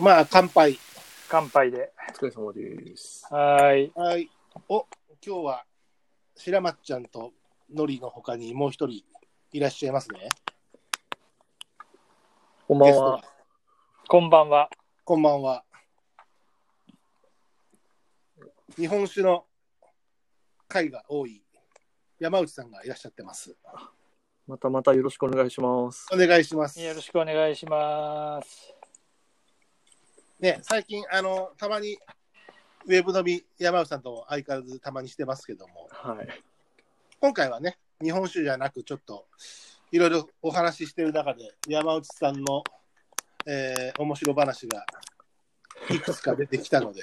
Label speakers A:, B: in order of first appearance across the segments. A: まあ、乾杯。
B: 乾杯で。
C: お疲れ様です。
B: はーい。
A: はい。お、今日は、白松ちゃんとのりの他にもう一人いらっしゃいますね。
C: こんば
A: ゲ
C: ん
A: スト
C: は
A: が。。
B: こんばんは。
A: こんばんは。日本酒の会が多い山内さんがいらっしゃってます。
C: またまたよろしくお願いします。
A: お願いします。
B: よろしくお願いします。
A: ね、最近、あの、たまに、ウェブ飲み、山内さんとも相変わらずたまにしてますけども、
C: はい。
A: 今回はね、日本酒じゃなく、ちょっと、いろいろお話ししてる中で、山内さんの、えー、面白話が、いくつか出てきた ので、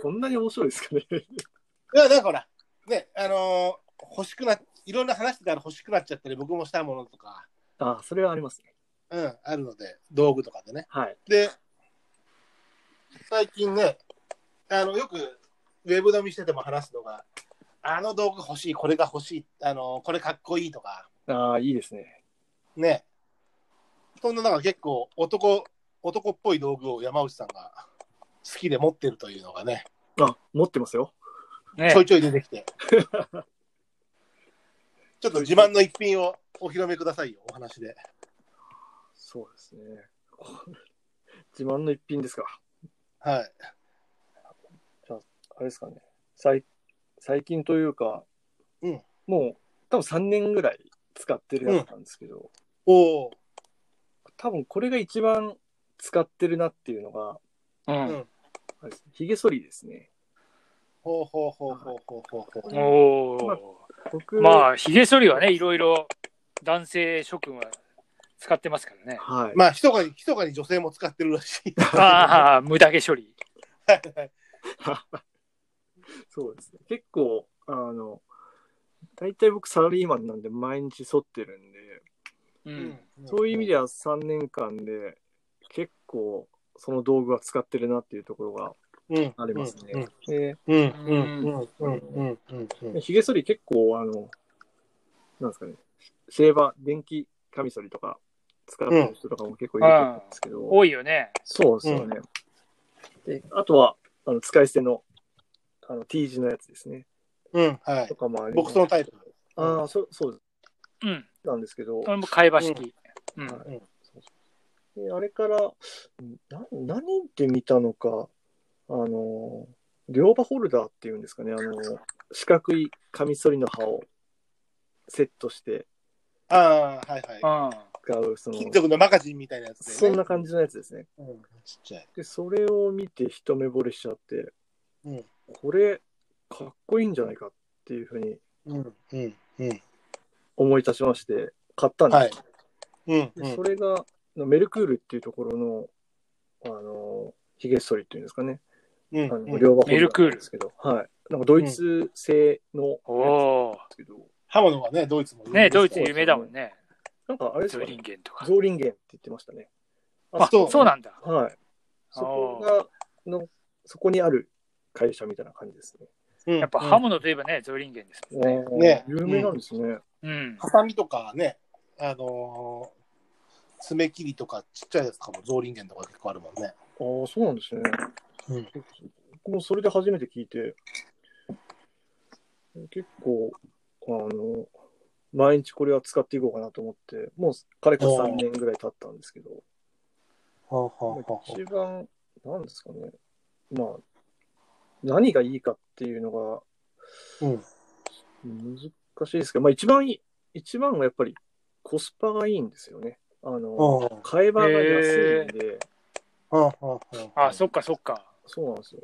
C: そんなに面白いですかね。
A: いや、だからほら、ね、あのー欲しくな、いろんな話してたら欲しくなっちゃったり、僕もしたものとか、
C: あ、それはありますね。
A: うん、あるので、道具とかでね。
C: はい。
A: で、最近ね、あの、よく、ウェブ飲みしてても話すのが、あの道具欲しい、これが欲しい、あのーこれかっこいいとか、
C: ああ、いいですね。
A: ね。そんな中、結構、男、男っぽい道具を山内さんが好きで持ってるというのがね、
C: あ、持ってますよ。
B: ね
A: ちょいちょい出てきて。ちょっと自慢の一品をお披露目くださいよ、お話で。
C: そうですね。 自慢の一品ですか。
A: はい。
C: あれですかね。最最近というか、
A: うん
C: もう多分3年ぐらい使ってるやつなんですけど、
A: おお。
C: 多分これが一番使ってるなっていうのが、
A: う
B: う。
A: んん。
C: あれですねヒゲ剃りですね。
A: ほうほうほうほうほうほうほう。
B: お
C: 僕
B: お。まあ、ひげ剃りはね、いろいろ男性諸君は使ってますか らね。
C: はい。
A: まあ、ひそかに、ひそかに女性も使ってるらしい。
B: ああ、無駄毛処理。
C: そうですね。結構、あの、大体僕サラリーマンなんで毎日剃ってるんで、
B: う。
A: うん
C: そういう意味
A: で。
C: では3年間で結構その道具は使ってるなっていうところが
A: うん。
C: ありますね。
A: うん。
C: で、
A: うん。うん。うん。うん。うん。うん。うん。
C: ひげ剃り結構、あの、なんですかね、シェーバー、電気カミソリとか使ってる人とかも結構いると思うんですけど、
B: 多いよね。
C: そうですよね。で、あとは、あの使い捨てのあの T 字のやつですね。
A: うん。はい
C: と。かもあり
A: 僕そのタイプ。
C: ああ、そそう
B: うん。
C: なんですけど、
B: これも会話式。うん。
C: であれからな何で見たのか、あの、両刃ホルダーっていうんですかね、あの、四角いカミソリの刃をセットして
A: ああ、はいは
B: うん。
C: 使う、そ
A: い。
C: の、
A: 金属のマガジンみたいなやつで、ね。
C: そんな感じのやつですね。
A: うん。ちっちゃい。
C: で、それを見て一目惚れしちゃって、
A: うん
C: これ、かっこいいんじゃないかっていうふうに
A: うん。うん。うん。
C: 思い立ちまして、買ったんです。
A: はい。うん。
C: で
A: うん
C: そ。れが、メルクールっていうところの、あの、ヒゲ剃りっていうんですかね。
A: う
C: あの
A: ん。
C: 両刃ホ
B: メル
C: ル
B: クー
C: ダー
B: ル
C: なんですけど、はい。なんかドイツ製の
B: お
C: や
B: お
C: つですけど、
A: 刃物はね、ドイツも有名
B: ー。ね
A: ですから
B: ドイツ有名だもんね。
C: なんかあれです
B: ゾ
C: か
B: リ
C: ね
B: ン、ゲンとか。
C: ゾーリンゲンって言ってましたね。
B: あ、
A: そう
B: そうなんだ。
C: はい。そこが、の、そこにある会社みたいな感じですね。
A: うん
B: やっぱ刃物といえばね、ゾリンゲンですもんね。
A: ね
C: 有名なんですね。
B: うん。
A: ハサミとかね、あのー爪切りとかちっちゃいやつとかも、ゾーリンゲンとか結構あるもんね。
C: ああ、そうなんですね。
A: うん
C: 僕もそれで初めて聞いて、結構、あの、毎日これは使っていこうかなと思って、もうかれこれ3年ぐらい経ったんですけど、
A: はあ
C: まあ一番、なんですかね、まあ、何がいいかっていうのが
A: うん
C: 難しいですけど、まあ一番いい、一番はやっぱりコスパがいいんですよね。あの、
A: は
C: 買えばが安いんで、
A: あはあはあ
B: あ、そっかそっか。
C: そうなんですよ。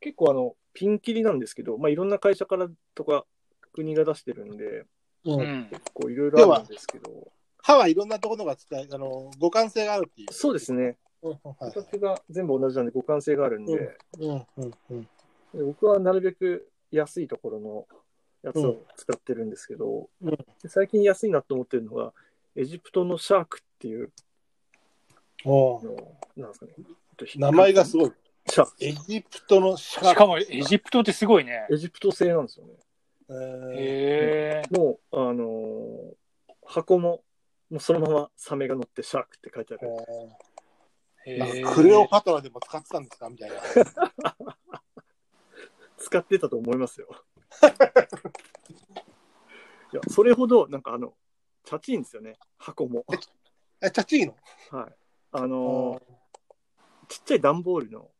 C: 結構あの、ピンキリなんですけど、まあ、いろんな会社からとか、国が出してるんで、
A: う
B: うんん。
C: 結構いろいろあるんですけど、
A: 歯はいろんなところが使い、あのー互換性があるっていう。
C: そうですね。
A: うんはいはい
C: 形が全部同じなんで、互換性があるんで、
A: うんうんうん
C: で僕はなるべく安いところのやつを使ってるんですけど、
A: うんうん
C: で最近安いなと思ってるのが、エジプトのシャークっていう
A: おー
C: の、なんですかね。
A: 名前がすごい。
C: シャーク
A: エジプトのシャーク
B: しかも、エジプトってすごいね。
C: エジプト製なんですよね。
A: えー
B: へえ。
C: もう、あのー箱も、もうそのままサメが乗ってシャークって書いてある。
A: なん
B: へ
A: かクレオ
B: ー
A: パトラでも使ってたんですかみたいな。
C: 使ってたと思いますよ。いや、それほど、なんかあの、チャチいんですよね、箱も。
A: え、チャチーノ
C: はい。あのーちっちゃい段ボールの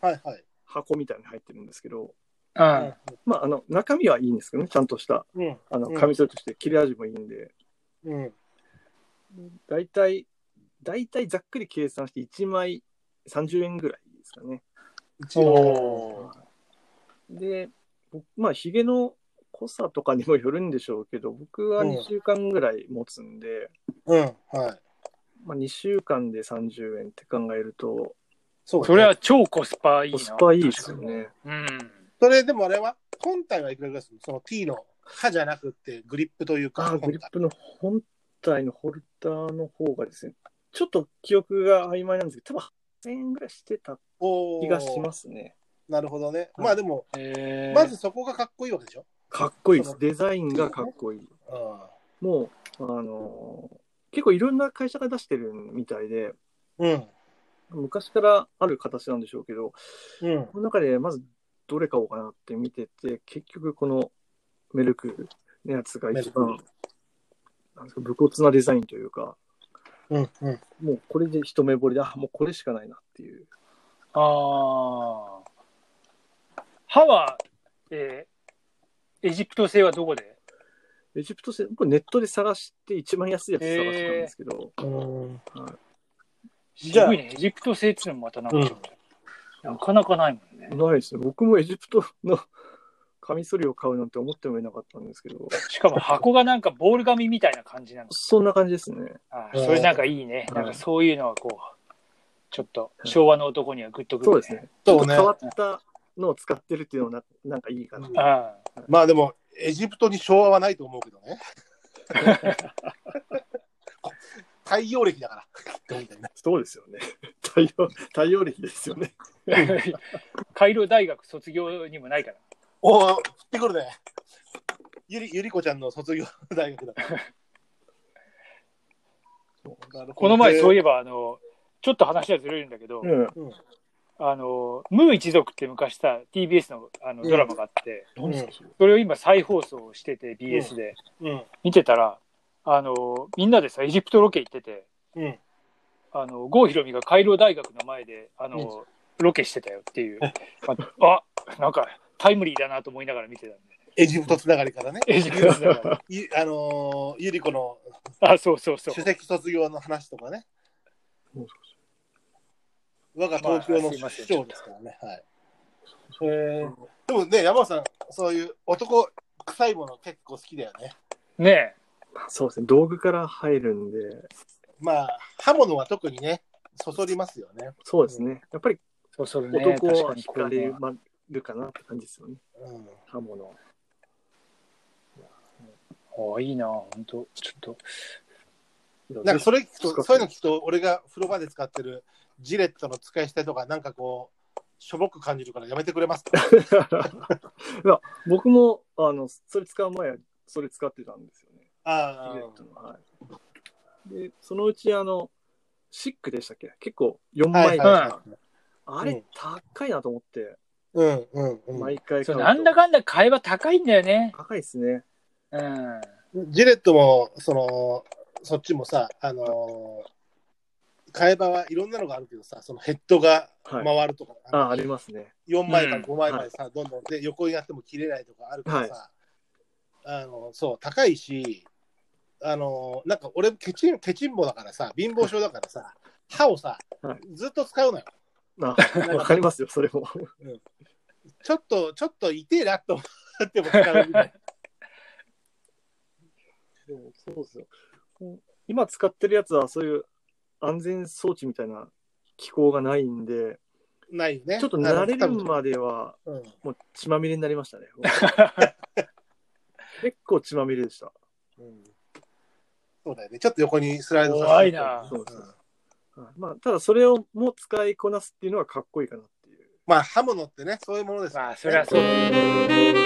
A: はいはい。
C: 箱みたいに入ってるんですけど、
B: うん。
C: まあ、あの、中身はいいんですけどね、ちゃんとした、
A: うん。
C: あの、
A: うん
C: カミソリとして切れ味もいいんで、
A: うん。
C: 大体、大体ざっくり計算して1枚30円ぐらいですかね。
A: 一応。
C: で、僕まあ、ヒゲの濃さとかにもよるんでしょうけど、僕は2週間ぐらい持つんで、
A: うん。はい。
C: まあ、2週間で30円って考えると、
A: そう、
B: それは超コスパいいな。
C: コスパいいですよね。
B: うん。
A: それでもあれは、本体はいくらぐらいするのその T の歯じゃなくて、グリップというか、
C: あー
A: 本体
C: グリップの本体のホルダーの方がですね、ちょっと記憶が曖昧なんですけど、多分8000円ぐらいしてた
A: お。
C: 気がしますすね。
A: なるほどね。
C: はい
A: まあでも、
B: へー
A: まず、そこがかっこいいわけでしょ。
C: かっこいいです。デザインがかっこいい。
A: う
C: もう、あのー結構いろんな会社が出してるみたいで、
A: ん。うん。
C: 昔からある形なんでしょうけど、
A: うん。
C: この中でまずどれ買おうかなって見てて、結局このメルクのやつが一
A: メル
C: 番、なんですか、武骨なデザインというか、
A: うん。うん。
C: もうこれで一目惚れで、あ、もうこれしかないなっていう。
B: ああ。歯は、えーエジプト製はどこで
C: エジプト製、僕ネットで探して一番安いやつ探したんですけど、
A: うんじゃあ
B: 渋いね。エジプト製っていうのもまたなんか、
A: うん
B: なかなかないもんね。
C: ないですね。僕もエジプトのカミソリを買うなんて思ってもいなかったんですけど、
B: しかも箱がなんかボール紙みたいな感じなんです。
C: そんな感じですね。
B: あー
A: うん
B: それなんかいいね。なんかそういうのはこう、ちょっと昭和の男にはグッとく
C: そ
B: る、
C: うです。ね。ち
A: そ
C: ょ
A: う
C: っと
A: ね
C: 変わったのを使ってるっていうのもななんかいいかな。
A: うん
B: あ
A: まあでも、エジプトに昭和はないと思うけどね。太陽暦だから。
C: そうですよね。 太陽、太陽暦ですよね。
B: ー カイロ大学卒業にもないから。
A: おお、降ってくるね。ゆりゆりこちゃんの卒業大学だから。
B: この前そうい
A: いう。
B: えば、あの、ちょっと話はずれるんだけど、
C: うん。
B: あの、ムー一族って昔さ、TBS のあのドラマがあって、
C: 何ですか、それ。
B: それを今再放送してて BS で、
A: うん。
B: 見てたらあのみんなでさエジプトロケ行ってて
A: うん。
B: あの郷ひろみがカイロ大学の前であの、ロケしてたよっていうあなんかタイムリーだなと思いながら見てたん
A: エジプトつながりからね。
B: でエジプトだから
A: ゆあのーゆりこの
B: あそうそうそう
A: 首席卒業の話とかね。
C: そう
A: 我が東京の
B: まあ
A: 市長ですからね。はい。えーでもね、山本さん、そういう男臭いもの結構好きだよね。
B: ね
C: そうですね。道具から入るんで、
A: まあ、刃物は特にね、そそりますよね。
C: そうですね。やっぱり
B: えそうそれね
C: 男
B: 確か
C: は
B: に
C: 惹
B: こう
C: か
B: ね
C: れまるかなって感じですよね。
A: うん、
C: 刃物。
B: あいいな本当ちょっと
A: なんかそれ聞く
C: 使って
A: と、そういうの聞くと、俺が風呂場で使ってるジレットの使い捨てとか、なんかこう、しょぼく感じるからやめてくれますか
C: いや僕もあのそれ使う前はそれ使ってたんですよね。
A: あ
C: ジレ
A: ー
C: ットのはい、でそのうちあのシックでしたっけ結構4枚とか、
B: はい
C: あれ高いなと思って、
A: うんうんうん
C: 毎回
B: そう
C: うと
B: なんだかんだ会話高いんだよね
C: 高いですね。
B: うん
A: ジレットも、その、そっちもさ、あのー、替え刃はいろんなのがあるけどさ、そのヘッドが
C: はい、
A: 回るとか、
C: あありますね。
A: 4枚から
B: うん
A: 5枚までさ、どんどんで横になっても切れないとかあるからさ、あのそう高いしあのなんか俺ケチンケチンボだからさ貧乏症だからさ歯をさ、
C: はい
A: ずっと使うのよ
C: あわかりますよ、それも。
A: ちょっとちょっと痛えなと思っても使 うみたい
C: でもそうですよ。今使ってるやつはそういう安全装置みたいな機構がないんで、
A: なないよね
C: ちょっと慣れ
A: あ
C: る
A: の多分
C: までは
A: うん
C: もう血まみれになりましたね。結構血まみれでした。
A: うんそうだよねちょっと横にスライドさせて
B: 怖いな
C: そうそううんはいまあ、ただそれをも使いこなすっていうのがかっこいいかなっていう。
A: まあ刃物ってねそういうものですから
B: まあそれはそう